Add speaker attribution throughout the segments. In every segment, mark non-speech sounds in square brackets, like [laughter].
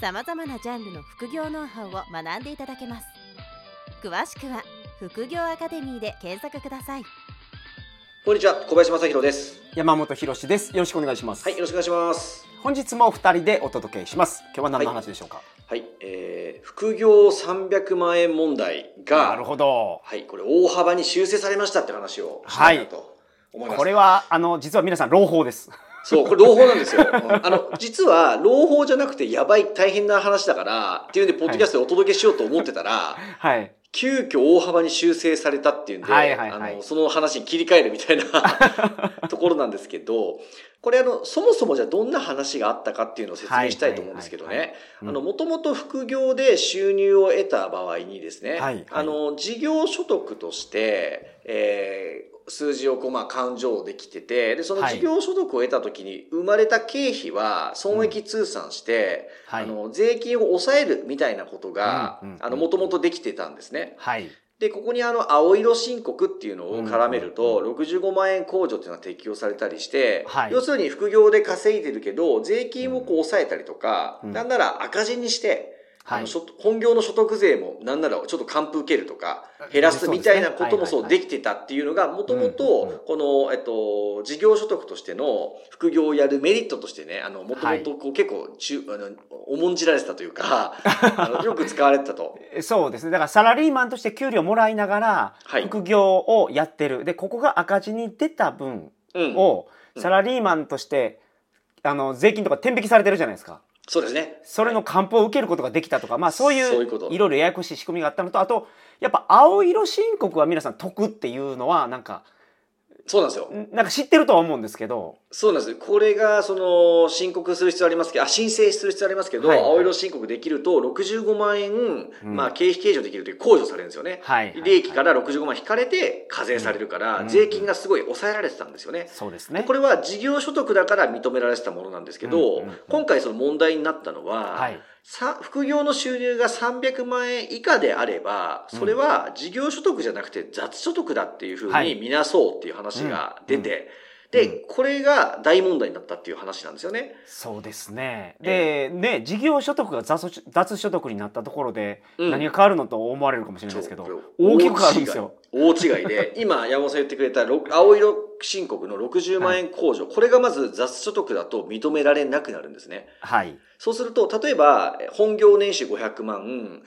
Speaker 1: さまざまなジャンルの副業ノウハウを学んでいただけます詳しくは副業アカデミーで検索ください
Speaker 2: こんにちは、小林正弘です。
Speaker 3: 山本博史です。よろしくお願いします。
Speaker 2: はい、よろしくお願いします。
Speaker 3: 本日も二人でお届けします。今日は何の話でしょうか。
Speaker 2: はい、えー、副業300万円問題
Speaker 3: な
Speaker 2: が、
Speaker 3: るほど。
Speaker 2: はい、これ大幅に修正されましたって話をしたいなと思います。
Speaker 3: これはあの実は皆さん朗報です。 [laughs]
Speaker 2: そう、これ朗報なんですよ。 [laughs] うんあの、実は朗報じゃなくてやばい大変な話だから、っていうんで、ポッドキャストでお届けしようと思ってたら、
Speaker 3: はい。
Speaker 2: 急遽大幅に修正されたっていうんで、
Speaker 3: はいはいはい
Speaker 2: あの、その話に切り替えるみたいな [laughs] ところなんですけど、これあの、そもそもじゃあどんな話があったかっていうのを説明したいと思うんですけど
Speaker 3: はいはい
Speaker 2: ね。あ
Speaker 3: うん
Speaker 2: の、もともと副業で収入を得た場合にですね、
Speaker 3: はいはい
Speaker 2: あの、事業所得として、えー数字をこう、まあ、勘定できてて、で、その
Speaker 3: はい
Speaker 2: 事業所得を得た時に生まれた経費は損益通算して、
Speaker 3: は
Speaker 2: あ
Speaker 3: い。
Speaker 2: の、税金を抑えるみたいなことが、
Speaker 3: うんうんうん
Speaker 2: あの、もともとできてたんですね。
Speaker 3: はい。
Speaker 2: で、ここにあの、青色申告っていうのを絡めると、
Speaker 3: うん
Speaker 2: 65万円控除っていうのが適用されたりして、
Speaker 3: はい
Speaker 2: 要するに副業で稼いでるけど、税金をこう抑えたりとか、
Speaker 3: うん
Speaker 2: なんなら赤字にして、
Speaker 3: は
Speaker 2: あ
Speaker 3: い
Speaker 2: の。所本業の所得税もなんならちょっと還付受けるとか、減らすみたいなこともそうで
Speaker 3: き
Speaker 2: きてたっていうのが、もとも
Speaker 3: うんうんうん
Speaker 2: と、この、えっと、事業所得としての副業をやるメリットとしてね、あの、もともとこう結構中、あの、重んじられてたという
Speaker 3: [laughs]
Speaker 2: か、あのよく使われてたと。
Speaker 3: そうですね。だからサラリーマンとして給料もらいながら
Speaker 2: はい
Speaker 3: 副業をやってる。でここが赤字に出た分
Speaker 2: うん。
Speaker 3: を
Speaker 2: うん
Speaker 3: サラリーマンとしてあの税金とか天引きされてるじゃないですか。
Speaker 2: そうですね。
Speaker 3: それの還付を受けることができたとか、まあそ
Speaker 2: そう
Speaker 3: うい
Speaker 2: いううこと
Speaker 3: いろいろややこしい仕組みがあったのと、あと、やっぱ青色申告は皆さん得っていうのは、なんか、
Speaker 2: そうなんですよ。
Speaker 3: んなんか知ってるとは思うんですけど、
Speaker 2: そうなんです。これが、その、申告する必要ありますけど、あ、申請する必要ありますけど、
Speaker 3: はいはい
Speaker 2: 青色申告できると、65万円、
Speaker 3: うん
Speaker 2: まあ、経費計上できるという控除されるんですよね。
Speaker 3: はい、はい
Speaker 2: 利益から65万引かれて課税されるから、
Speaker 3: うん
Speaker 2: 税金がすごい抑えられてたんですよね。
Speaker 3: そうですね。
Speaker 2: これは事業所得だから認められてたものなんですけど、
Speaker 3: うんうんうん
Speaker 2: 今回その問題になったのは、
Speaker 3: はい。
Speaker 2: さ副業の収入が300万円以下であれば、それは事業所得じゃなくて雑所得だっていうふう
Speaker 3: は
Speaker 2: に
Speaker 3: い
Speaker 2: 見なそうっていう話が出て、
Speaker 3: うん
Speaker 2: で、これが大問題になったっていう話なんですよね。
Speaker 3: そうですね。で、ね、事業所得が雑所雑所得になったところで、
Speaker 2: うん
Speaker 3: 何が変わるのと思われるかもしれないですけ
Speaker 2: そう
Speaker 3: ど、
Speaker 2: これ
Speaker 3: 大きく変わるんですよ。
Speaker 2: 大違いで、今山本さん言ってくれたろ青色申告の60万円控除、これがまず雑所得だと認められなくなるんですね。
Speaker 3: はい。
Speaker 2: そうすると、例えば、え本業年収500万、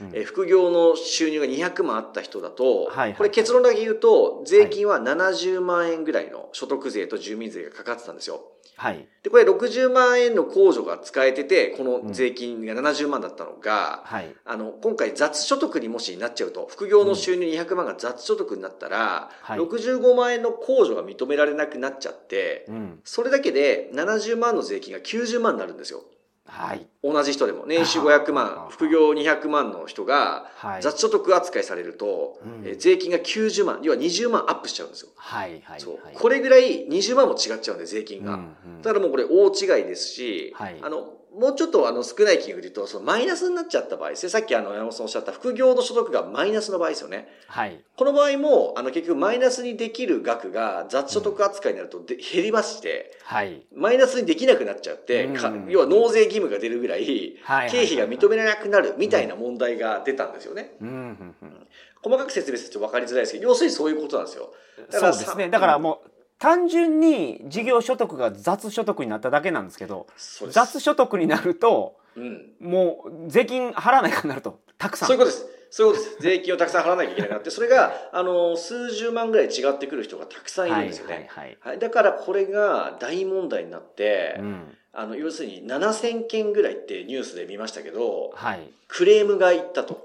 Speaker 3: うん
Speaker 2: え副業の収入が200万あった人だと、
Speaker 3: はいはい
Speaker 2: これ結論だけ言うと、税金は70万円ぐらいの所得税と住民税がかかってたんですよ。
Speaker 3: はい。
Speaker 2: で、これ60万円の控除が使えてて、この税金が70万だったのが、
Speaker 3: はい。
Speaker 2: あの、今回雑所得にもしなっちゃうと、副業の収入200万が雑所得になったら、
Speaker 3: はい
Speaker 2: 65万円の控除が認められなくなっちゃって、
Speaker 3: うん。
Speaker 2: それだけで70万の税金が90万になるんですよ。
Speaker 3: はい。
Speaker 2: 同じ人でも年収
Speaker 3: あー
Speaker 2: 500
Speaker 3: あ
Speaker 2: 万
Speaker 3: ー
Speaker 2: 副業200万の人が
Speaker 3: はい。
Speaker 2: 雑所得扱いされると、
Speaker 3: うん
Speaker 2: えー税金が90万要は20万アップしちゃうんですよ、
Speaker 3: はい。はい。
Speaker 2: そう
Speaker 3: はい
Speaker 2: これぐらい20万も違っちゃうんで税金が、
Speaker 3: うんうん
Speaker 2: だからもうこれ大違いですし、
Speaker 3: はい
Speaker 2: あのもうちょっとあの少ない金額で言うとそのマイナスになっちゃった場合ですねさっきあの山本さんおっしゃった副業の所得がマイナスの場合ですよね
Speaker 3: はい。
Speaker 2: この場合もあの結局マイナスにできる額が雑所得扱いになるとで減りまして
Speaker 3: はい。
Speaker 2: マイナスにできなくなっちゃって、か
Speaker 3: うん
Speaker 2: 要は納税義務が出るぐらい
Speaker 3: はい。
Speaker 2: 経費が認め
Speaker 3: め、
Speaker 2: られなくなるみたいな問題が出たんですよね。
Speaker 3: うんうんうん。
Speaker 2: 細かく説明すると分かりづらいですけど、要するにそういうことなんですよ。だか
Speaker 3: そう
Speaker 2: ら
Speaker 3: です
Speaker 2: さ
Speaker 3: ね。だからもう単純に事業所得が雑所得になっただけなんですけど、
Speaker 2: そうです。
Speaker 3: 雑所得になると
Speaker 2: うん。
Speaker 3: もう税金払わないかになるとたくさん。
Speaker 2: そういうことです。そういうことです。税金をたくさん払わなきゃいけなくなって、それが、あの、数十万ぐらい違ってくる人がたくさんいるんですよね。は
Speaker 3: はいいはいはい。
Speaker 2: だからこれが大問題になって、
Speaker 3: うん
Speaker 2: あの、要するに7000件ぐらいってニュースで見ましたけど、
Speaker 3: はい
Speaker 2: クレームがいった
Speaker 3: [laughs]
Speaker 2: と。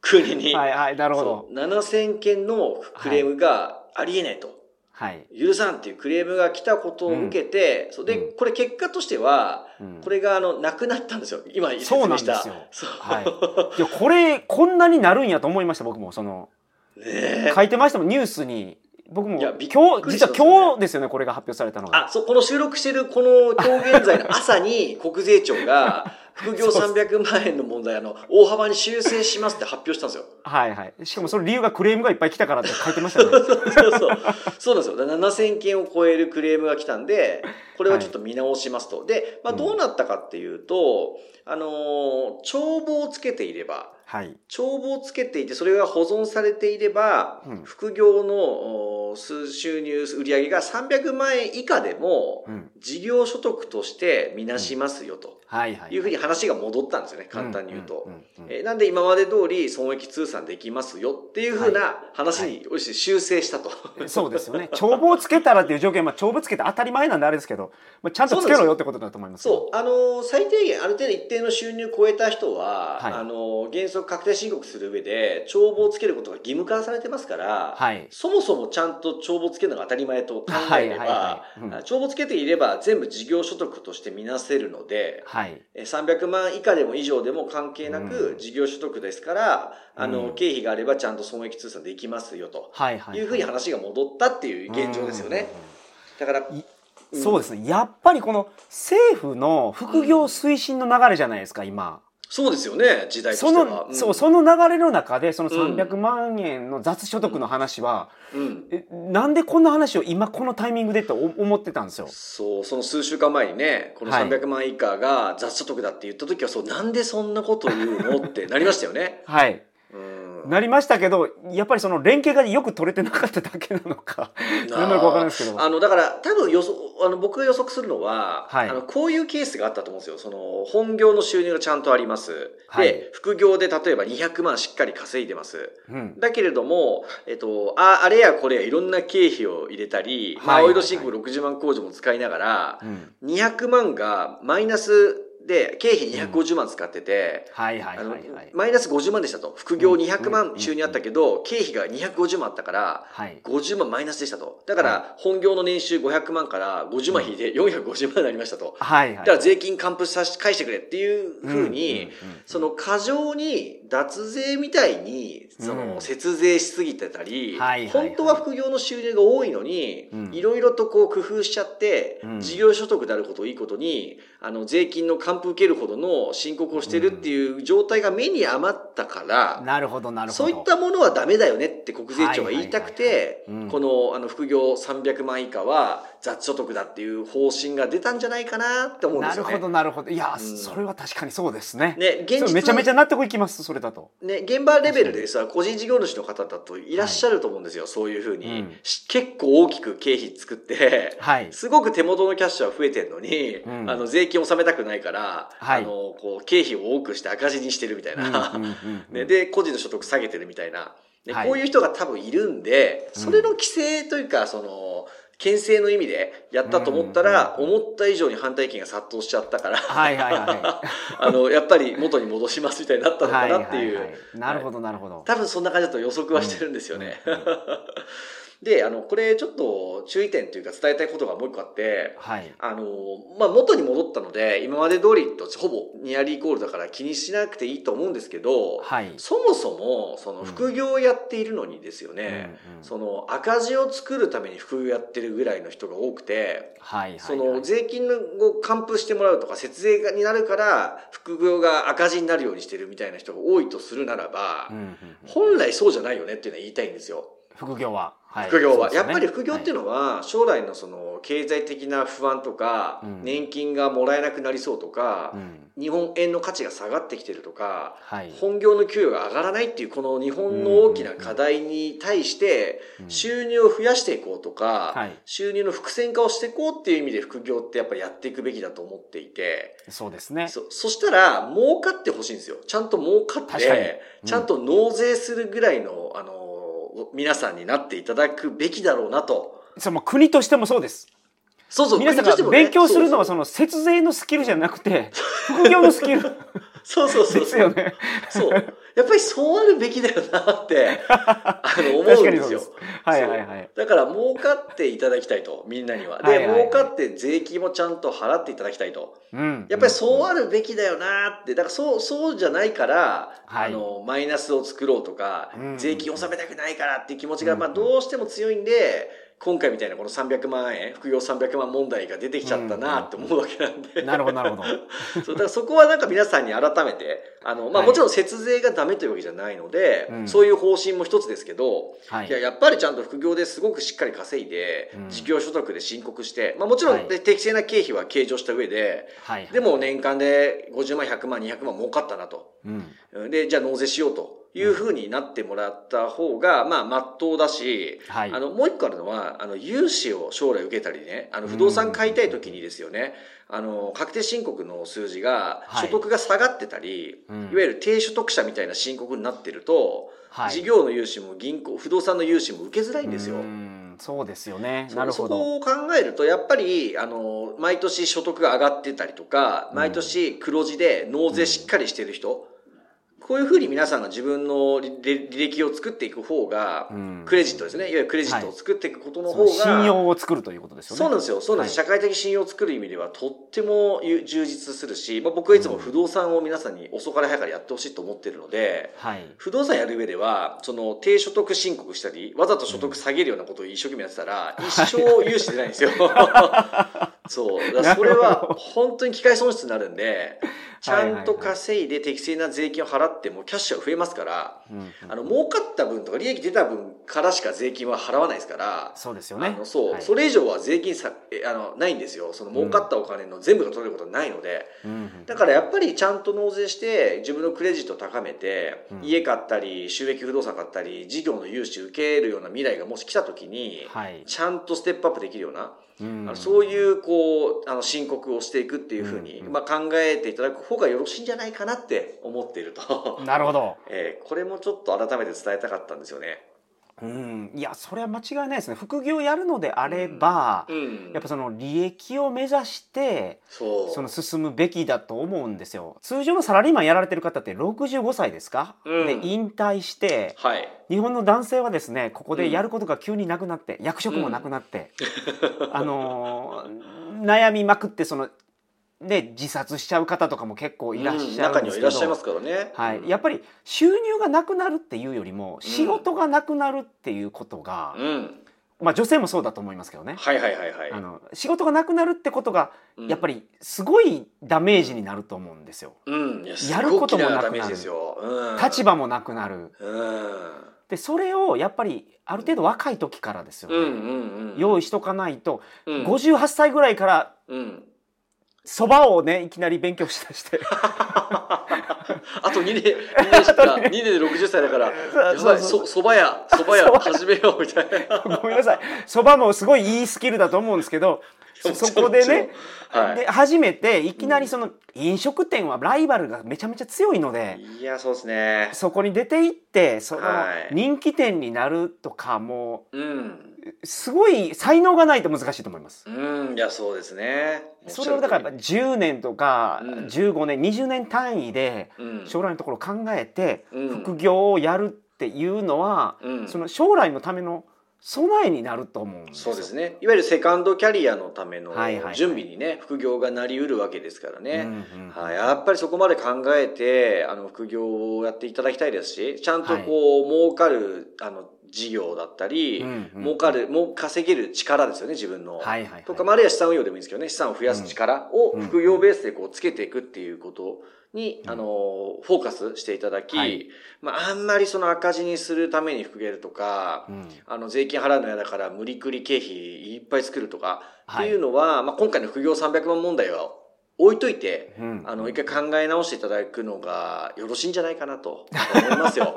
Speaker 2: 国に。
Speaker 3: はいはいなるほ
Speaker 2: そ
Speaker 3: ど。
Speaker 2: う7000件のクレームがありえないと。
Speaker 3: はい。
Speaker 2: 許さんっていうクレームが来たことを受けて、そうで、
Speaker 3: う
Speaker 2: これ結果としては、
Speaker 3: うん
Speaker 2: これがあの、なくなったんですよ。今説
Speaker 3: そうな
Speaker 2: 明
Speaker 3: ん
Speaker 2: し
Speaker 3: で
Speaker 2: た。
Speaker 3: すよ
Speaker 2: そう
Speaker 3: はい。いや、これ、こんなになるんやと思いました、僕も。その、
Speaker 2: ねえ
Speaker 3: 書いてましたもん、ニュースに。僕も、
Speaker 2: いや
Speaker 3: 今
Speaker 2: びっ
Speaker 3: 日、
Speaker 2: くりしまし
Speaker 3: 実
Speaker 2: た
Speaker 3: は今日ですよね、これが発表されたの
Speaker 2: [laughs]
Speaker 3: が。
Speaker 2: あ、そう、この収録してるこの今日現在の朝に国税庁が、
Speaker 3: [laughs]
Speaker 2: 副業300万円の問題、あの、大幅に修正しますって発表
Speaker 3: [laughs]
Speaker 2: したんですよ。
Speaker 3: はいはい。しかも、その理由がクレームがいっぱい来たからって書いてましたね。
Speaker 2: [laughs] そうそう。そうなんですよ。だから7000件を超えるクレームが来たんで、これはちょっと見直しますと。で、まあ
Speaker 3: うん
Speaker 2: どうなったかっていうと、あのー帳簿をつけていれば、
Speaker 3: はい。
Speaker 2: 帳簿をつけていて、それが保存されていれば、
Speaker 3: うん
Speaker 2: 副業のお数収入、売上が300万円以下でも、
Speaker 3: うん。
Speaker 2: 事業所得としてみなしますよと
Speaker 3: はいはい。
Speaker 2: いうふうに話が戻ったんですよね、簡単に言うと。
Speaker 3: んんうん
Speaker 2: えーなんで今まで通り損益通算できますよっていうふうな話においして修正したと。
Speaker 3: うんそうですよね。帳簿をつけたらっていう条件は、まあ、帳簿つけて当たり前なんであれですけど、まあ、ちゃんとつけろよってことだと思いま
Speaker 2: [laughs]
Speaker 3: す。
Speaker 2: そう、あのー最低限ある程度一定の収入を超えた人は、
Speaker 3: はい
Speaker 2: あのー原則確定申告する上で帳簿をつけることが義務化されてますから、
Speaker 3: はい。
Speaker 2: そもそもちゃんと帳簿つけるのが当たり前と考えれば、
Speaker 3: いうん
Speaker 2: あ帳簿つけていれば全部事業所得として見なせるので、
Speaker 3: はい。
Speaker 2: えー300万以下でも以上でも関係なく、
Speaker 3: うん
Speaker 2: 事業所得ですから、あの
Speaker 3: う
Speaker 2: ー
Speaker 3: ん
Speaker 2: 経費があればちゃんと損益通算できますよと。
Speaker 3: はいはい。
Speaker 2: いうふうに話が戻ったっていう現状ですよね。だから、
Speaker 3: い
Speaker 2: うん
Speaker 3: そうですね。やっぱりこの政府の副業推進の流れじゃないですか、今。
Speaker 2: そうですよね、時代とし
Speaker 3: そ
Speaker 2: ては。
Speaker 3: の、
Speaker 2: うん
Speaker 3: そう、その流れの中で、その
Speaker 2: うん
Speaker 3: 300万円の雑所得の話は、
Speaker 2: うん
Speaker 3: えなんでこんな話を今このタイミングでと思ってたんですよ。
Speaker 2: そう、その数週間前にね、この
Speaker 3: はい
Speaker 2: 300万以下が雑所得だって言った時は、そう、なんでそんなこと言うのってなりましたよね。
Speaker 3: はい。
Speaker 2: うん。
Speaker 3: なりましたけど、やっぱりその連携がよく取れてなかっただけなのか、何なのかわからないですけど。
Speaker 2: あの、だから、多分予測、あの、僕が予測するのは、
Speaker 3: はい
Speaker 2: あの、こういうケースがあったと思うんですよ。その、本業の収入がちゃんとあります。
Speaker 3: はい
Speaker 2: で、副業で例えば200万しっかり稼いでます。
Speaker 3: うん。
Speaker 2: だけれども、えっと、ああれやこれやいろんな経費を入れたり、まあ、
Speaker 3: はい
Speaker 2: 青
Speaker 3: はいはい
Speaker 2: 色申告60万控除も使いながら、
Speaker 3: うん
Speaker 2: 200万がマイナスで、経費250万使ってて、
Speaker 3: はいはい
Speaker 2: あの
Speaker 3: はいはい。
Speaker 2: マイナス50万でしたと。副業
Speaker 3: うん
Speaker 2: 200
Speaker 3: うん
Speaker 2: 万
Speaker 3: うん
Speaker 2: 収入あったけど、経費が250万あったから、
Speaker 3: はい。
Speaker 2: 50万マイナスでしたと。だから、本業の年収500万から50万引いて450万になりましたと。
Speaker 3: はいはい。
Speaker 2: だから税金還付さし返してくれっていうふうに、
Speaker 3: ん、うんうん
Speaker 2: その過剰に脱税みたいにそうの
Speaker 3: ん
Speaker 2: 節税しすぎてたり、
Speaker 3: はいはいはい
Speaker 2: 本当は副業の収入が多いのに、
Speaker 3: うん
Speaker 2: いろいろとこう工夫しちゃって、
Speaker 3: うん
Speaker 2: 事業所得であることをいいことにあの税金の還付受けるほどの申告をしてるっていう状態が目に余ったから、
Speaker 3: なるほどなるほ
Speaker 2: そ
Speaker 3: ど。
Speaker 2: ういったものはダメだよねって国税庁は言いたく
Speaker 3: はいは
Speaker 2: て
Speaker 3: はいうん
Speaker 2: このあの副業300万以下は雑所得だっていう方針が出たんじゃないかなって思うんで
Speaker 3: な
Speaker 2: す
Speaker 3: る
Speaker 2: よね。
Speaker 3: ほどなるほど。いや、
Speaker 2: うん
Speaker 3: それは確かにそうですね。
Speaker 2: ね、現
Speaker 3: そ
Speaker 2: 実
Speaker 3: うめちゃめち
Speaker 2: ゃ
Speaker 3: ゃ納得いきますそれだと。
Speaker 2: ね、現場レベルでさ、個人事業主の方だといらっしゃると思うんですよ、そういうふうに、
Speaker 3: うん
Speaker 2: し結構大きく経費作って、
Speaker 3: はい。
Speaker 2: すごく手元のキャッシュは増えてるのに、
Speaker 3: うん
Speaker 2: あの、税金納めたくないから、
Speaker 3: はい
Speaker 2: あの、こう、経費を多くして赤字にしてるみたいな。
Speaker 3: うんうんうんうん
Speaker 2: [laughs] ね、で、個人の所得下げてるみたいな。ね
Speaker 3: はい
Speaker 2: こういう人が多分いるんで、
Speaker 3: うん
Speaker 2: それの規制というか、その、牽制の意味でやったと思ったら、
Speaker 3: うん
Speaker 2: 思った以上に反対意見が殺到しちゃったから、 [laughs]
Speaker 3: はいはいは
Speaker 2: あの、やっぱり元に戻しますみたいになった
Speaker 3: い。
Speaker 2: の
Speaker 3: は
Speaker 2: か
Speaker 3: いは
Speaker 2: ないっていう
Speaker 3: は。い。なるほどなるほど。
Speaker 2: 多分そんな感じだと予測はしてるんですよね。
Speaker 3: うんうん
Speaker 2: で、あの、これちょっと注意点というか伝えたいことがもう一個あって、
Speaker 3: はい。
Speaker 2: あの、まあ、元に戻ったので、今まで通りとほぼニアリーイコールだから気にしなくていいと思うんですけど、
Speaker 3: はい。
Speaker 2: そもそも、その副業をやっているのにですよね、
Speaker 3: うんうん
Speaker 2: その赤字を作るために副業やってるぐらいの人が多くて、
Speaker 3: はいはい。
Speaker 2: その税金を還付してもらうとか節税になるから副業が赤字になるようにしてるみたいな人が多いとするならば、
Speaker 3: うんうんうん
Speaker 2: 本来そうじゃないよねっていうのは言いたいんですよ。
Speaker 3: 副業は。はい
Speaker 2: 副業は。
Speaker 3: そう
Speaker 2: や
Speaker 3: です
Speaker 2: っ
Speaker 3: ね
Speaker 2: ぱり副業っていうのは、将来のその、経済的な不安とか
Speaker 3: う、ん
Speaker 2: 年金がもらえなくなりそうとか
Speaker 3: はいう、ん
Speaker 2: 日本円の価値が下がってきてるとか、
Speaker 3: はい。
Speaker 2: 本業の給与が上がらないっていう、この日本の大きな課題に対して、
Speaker 3: うん
Speaker 2: 収入を増やしていこうとか、
Speaker 3: はい。
Speaker 2: 収入の伏線化をしていこうっていう意味で副業ってやっぱりやっていくべきだと思っていて、
Speaker 3: そうですね。
Speaker 2: そそしたら儲かってほしいんですよちゃんと儲かって
Speaker 3: 確かにうん
Speaker 2: ちゃんと納税するぐらいのあのお皆さんになっていただくべきだろうなと
Speaker 3: その国としてもそうです。
Speaker 2: そうそう
Speaker 3: 皆さん
Speaker 2: 国として
Speaker 3: が
Speaker 2: もね
Speaker 3: 勉強するのは
Speaker 2: そう [laughs]
Speaker 3: その節税のスキルじゃなくて、副業のスキル。
Speaker 2: そうそうそうそう
Speaker 3: です
Speaker 2: そ
Speaker 3: よ
Speaker 2: う。
Speaker 3: ね。
Speaker 2: そう。やっぱりそうあるべきだよな
Speaker 3: [laughs]
Speaker 2: って、あの、思
Speaker 3: 確
Speaker 2: う
Speaker 3: か
Speaker 2: ん
Speaker 3: に
Speaker 2: で
Speaker 3: そう
Speaker 2: す
Speaker 3: で
Speaker 2: よ
Speaker 3: す。。はいはいはい。
Speaker 2: だから儲かっていただきたいとみんなには。で、
Speaker 3: はいはいはい
Speaker 2: 儲かって税金もちゃんと払っていただきたいと
Speaker 3: うん。
Speaker 2: やっぱりそう
Speaker 3: は。
Speaker 2: あるべきだよなってだからそうそうじゃないから、
Speaker 3: はい
Speaker 2: あのマイナスを作ろうとか、
Speaker 3: うん
Speaker 2: 税金納めたくないからっていう気持ちが、
Speaker 3: うん
Speaker 2: まあ、どうしても強いんで今回みたいなこの300万円副業300万問題が出てきちゃったなって思うわけなんで、 [laughs]
Speaker 3: なるほどなるほど。
Speaker 2: そうだからそこはなんか皆さんに改めてあの、まあ、
Speaker 3: はい
Speaker 2: もちろん節税がダメというわけじゃないので、
Speaker 3: うん
Speaker 2: そういう方針も一つですけど、
Speaker 3: はい
Speaker 2: や
Speaker 3: い。
Speaker 2: やっぱりちゃんと副業ですごくしっかり稼いで、
Speaker 3: うん
Speaker 2: 事業所得で申告して、まあ、もちろん、
Speaker 3: はい
Speaker 2: で適正な経費は計上した上で
Speaker 3: はい。
Speaker 2: でも年間で50万100万200万儲かったなと
Speaker 3: うん。
Speaker 2: うんでじゃあ納税しようというふうになってもらった方がまあまっとうだし、
Speaker 3: はい
Speaker 2: あ。のもう一個あるのはあの融資を将来受けたりねあの不動産買いたい時にですよねあの確定申告の数字が
Speaker 3: はい
Speaker 2: 所得が下がってたり、
Speaker 3: うん
Speaker 2: いわゆる低所得者みたいな申告になってると、
Speaker 3: はい
Speaker 2: 事業の融資も銀行不動産の融資も受けづらいんですよ。
Speaker 3: うんそうですよね。
Speaker 2: そ
Speaker 3: なるほ
Speaker 2: そ
Speaker 3: ど。
Speaker 2: こを考えるとやっぱりあの毎年所得が上がってたりとか毎年黒字で納税しっかりしてる人、こういうふうに皆さんが自分の履履歴を作っていく方が、
Speaker 3: うん
Speaker 2: クレジットですねいわゆるクレジットを作っていくことの方が、
Speaker 3: その信用を作るということですよね。
Speaker 2: そうなんですよそうなんです、社会的信用を作る意味ではとってもゆ充実するし、まあ、僕はいつも不動産を皆さんに遅かれ早かれやってほしいと思ってるので。
Speaker 3: はい。
Speaker 2: 不動産やる上ではその低所得申告したりわざと所得下げるようなことを一生懸命やってたら、一生融資出ないん
Speaker 3: [laughs]
Speaker 2: ですよそうだからそれ
Speaker 3: なるほ
Speaker 2: は本当に機械損失になるんでちゃんと稼いで適正な税金を払ってもキャッシュは増えますから
Speaker 3: うん
Speaker 2: あの儲かった分とか利益出た分からしか税金は払わないですから
Speaker 3: そうですよ
Speaker 2: あ
Speaker 3: ね
Speaker 2: の。そう、
Speaker 3: はい
Speaker 2: それ以上は税金さえあのないんですよその儲かったお金の全部が取れることはないので、
Speaker 3: うん
Speaker 2: だからやっぱりちゃんと納税して自分のクレジットを高めて、
Speaker 3: うん
Speaker 2: 家買ったり収益不動産買ったり事業の融資受けるような未来がもし来た時に、
Speaker 3: はい。
Speaker 2: ちゃんとステップアップできるような、あ
Speaker 3: あ
Speaker 2: のそう
Speaker 3: う
Speaker 2: いうこうあの申告をしていくっていうふうに、
Speaker 3: うんうん
Speaker 2: まあ、考えていただく方がよろしいんじゃないかなって思っていると
Speaker 3: ん。、なるほど。
Speaker 2: [laughs] えーこれもちょっと改めて伝えたかったんですよね。
Speaker 3: うん。いや、それは間違いないですね。副業やるのであれば、
Speaker 2: うん、
Speaker 3: やっぱその利益を目指して、
Speaker 2: そう
Speaker 3: その進むべきだと思うんですよ。通常のサラリーマンやられてる方って65歳ですか、
Speaker 2: うん
Speaker 3: で引退して
Speaker 2: はい
Speaker 3: 日本の男性はですねここでやることが急になくなって、役職もなくなって、
Speaker 2: [laughs]
Speaker 3: あのー悩みまくってその、ね、自殺しちゃう方とかも結構いらっしゃ
Speaker 2: うん中
Speaker 3: るん
Speaker 2: に
Speaker 3: で
Speaker 2: はいら
Speaker 3: すけど、
Speaker 2: っしゃいますからね。
Speaker 3: はい、やっぱり収入がなくなるっていうよりも仕事がなくなるっていうことが、
Speaker 2: うん、
Speaker 3: まあ、女性もそうだと思いますけどね、
Speaker 2: はいはいはいはい。
Speaker 3: あの仕事がなくなるってことがやっぱ
Speaker 2: り、
Speaker 3: りすごいダメージになると思うんですよ。
Speaker 2: うん、いや
Speaker 3: やることも
Speaker 2: すごい大
Speaker 3: なくなる
Speaker 2: きダメージですよ。うん、
Speaker 3: 立場もなくなる
Speaker 2: うん
Speaker 3: でそれをやっぱりある程度若い時からですよね、
Speaker 2: うんうんうん、
Speaker 3: 用
Speaker 2: 意、
Speaker 3: 意しとかないと、
Speaker 2: うん、
Speaker 3: 58歳ぐらいから
Speaker 2: うん、
Speaker 3: そばをねいきなり勉強しだして [laughs]
Speaker 2: あと2年2年しか2年で60歳だからやばい
Speaker 3: そうそう
Speaker 2: そそば屋そば屋始めようみたいな
Speaker 3: ごめんなさいそばもすごいいいスキルだと思うんですけどそ [laughs] そこでね、
Speaker 2: [laughs] はい、
Speaker 3: で初めていきなりその飲食店はライバルがめちゃめちゃ強いので、
Speaker 2: いやそうですね
Speaker 3: そこに出ていってその
Speaker 2: はい
Speaker 3: 人気店になるとかも
Speaker 2: うん
Speaker 3: うすごい才能がないと難しいと思います。
Speaker 2: うんいやそうですね
Speaker 3: それをだからやっぱ10年とか
Speaker 2: うん
Speaker 3: 15年、20年単位で
Speaker 2: うん
Speaker 3: 将来のところを考えて
Speaker 2: うん
Speaker 3: 副業をやるっていうのは、
Speaker 2: うん
Speaker 3: その将来のための備えになると思うんですよ。
Speaker 2: そうですねいわゆるセカンドキャリアのための
Speaker 3: はいはいはい
Speaker 2: 準備にね副業がなりうるわけですからね、
Speaker 3: うんうん
Speaker 2: はい、やっぱりそこまで考えて、あの、副業をやっていただきたいですし、ちゃんとこう、儲かる、あの、事業だったり、
Speaker 3: うんうん
Speaker 2: 儲かる、もう稼げる力ですよね、自分の。
Speaker 3: はいはいはい
Speaker 2: とか、まあ、あるいは資産運用でもいいんですけどね、資産を増やす力を
Speaker 3: うん
Speaker 2: 副業ベースでこう、つけていくっていうことに、
Speaker 3: うん
Speaker 2: あの、フォーカスしていただき、
Speaker 3: はい
Speaker 2: まあ、あんまりその赤字にするために副業やるとか
Speaker 3: う、ん
Speaker 2: あの、税金払うの嫌だから、無理くり経費いっぱい作るとか、っ
Speaker 3: は
Speaker 2: て
Speaker 3: い
Speaker 2: いうのは、まあ、今回の副業300万問題は置いといて、
Speaker 3: うん
Speaker 2: あの、一回考え直していただくのがよろしいんじゃないかなと思います
Speaker 3: [laughs]
Speaker 2: よ。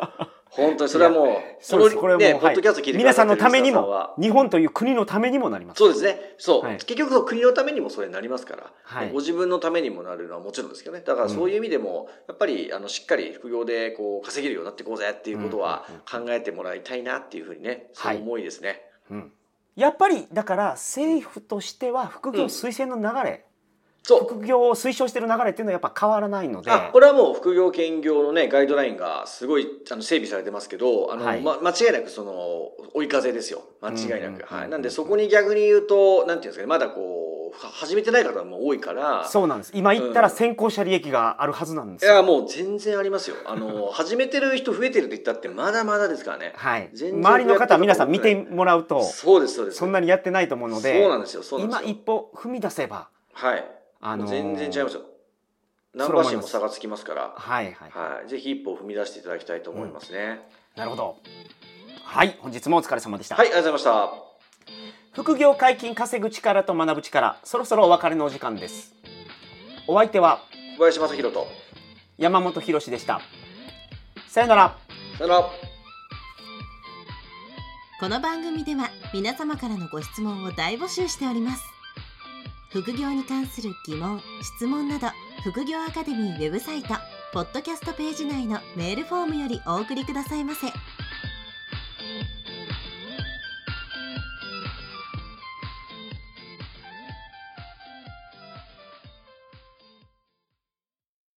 Speaker 2: 本当に、それはもう、
Speaker 3: そうですこれはもう
Speaker 2: ね、
Speaker 3: はい
Speaker 2: ポッドキャスト聞いてく
Speaker 3: 皆
Speaker 2: だ
Speaker 3: さ
Speaker 2: さ
Speaker 3: ん
Speaker 2: って
Speaker 3: の
Speaker 2: る
Speaker 3: ために
Speaker 2: リスナーさんは
Speaker 3: も日本という国のためにもなります。
Speaker 2: そうですね。そう。
Speaker 3: はい
Speaker 2: 結局、国のためにもそれになりますから、
Speaker 3: はい
Speaker 2: ご自分のためにもなるのはもちろんですけどね。だからそういう意味でも、やっぱり、あの、しっかり副業で、こう、稼げるようになっていこうぜっていうことは
Speaker 3: うんうん
Speaker 2: 考えてもらいたいなっていうふうにね、そういう思いですね。
Speaker 3: うんやっぱりだから政府としては副業推薦の流れ、
Speaker 2: そう
Speaker 3: 副業を推奨してる流れっていうのはやっぱ変わらないので
Speaker 2: あこれはもう副業兼業のねガイドラインがすごいあの整備されてますけどあの、
Speaker 3: はい
Speaker 2: ま、間違いなくその追い風ですよ間違いな
Speaker 3: うんうんうん
Speaker 2: く、はい、なんでそこに逆に言うとなんていうんですかねまだこうは始めてない方も多いから
Speaker 3: そうなんです今言ったら
Speaker 2: うん
Speaker 3: 先行者利益があるはずなんで
Speaker 2: い
Speaker 3: すよ、
Speaker 2: やもう全然ありますよあ
Speaker 3: [laughs]
Speaker 2: の始めてる人増えてるって言ったってまだまだですからね
Speaker 3: はい、
Speaker 2: 全然
Speaker 3: 周りの方は皆さん見てもらうと
Speaker 2: そうですそうです
Speaker 3: そんなにやってないと思うので
Speaker 2: そうなんですよそうなんです
Speaker 3: 今
Speaker 2: よ
Speaker 3: 一歩踏み出せば、
Speaker 2: はい、
Speaker 3: あのー
Speaker 2: もう全然違いますよ
Speaker 3: そ
Speaker 2: 何
Speaker 3: れ思います
Speaker 2: 橋も差がつきますから
Speaker 3: はいはい、
Speaker 2: はい、ぜひ一歩踏み出していただきたいと思いますね、
Speaker 3: なるほどはい本日もお疲れ様でした、
Speaker 2: はいありがとうございました
Speaker 3: 副業解禁稼ぐ力と学ぶ力そろそろお別れのお時間ですお相手は
Speaker 2: 小林正弘と
Speaker 3: 山本博史でしたさよなら
Speaker 2: さよなら
Speaker 1: この番組では皆様からのご質問を大募集しております副業に関する疑問・質問など副業アカデミーウェブサイトポッドキャストページ内のメールフォームよりお送りくださいませ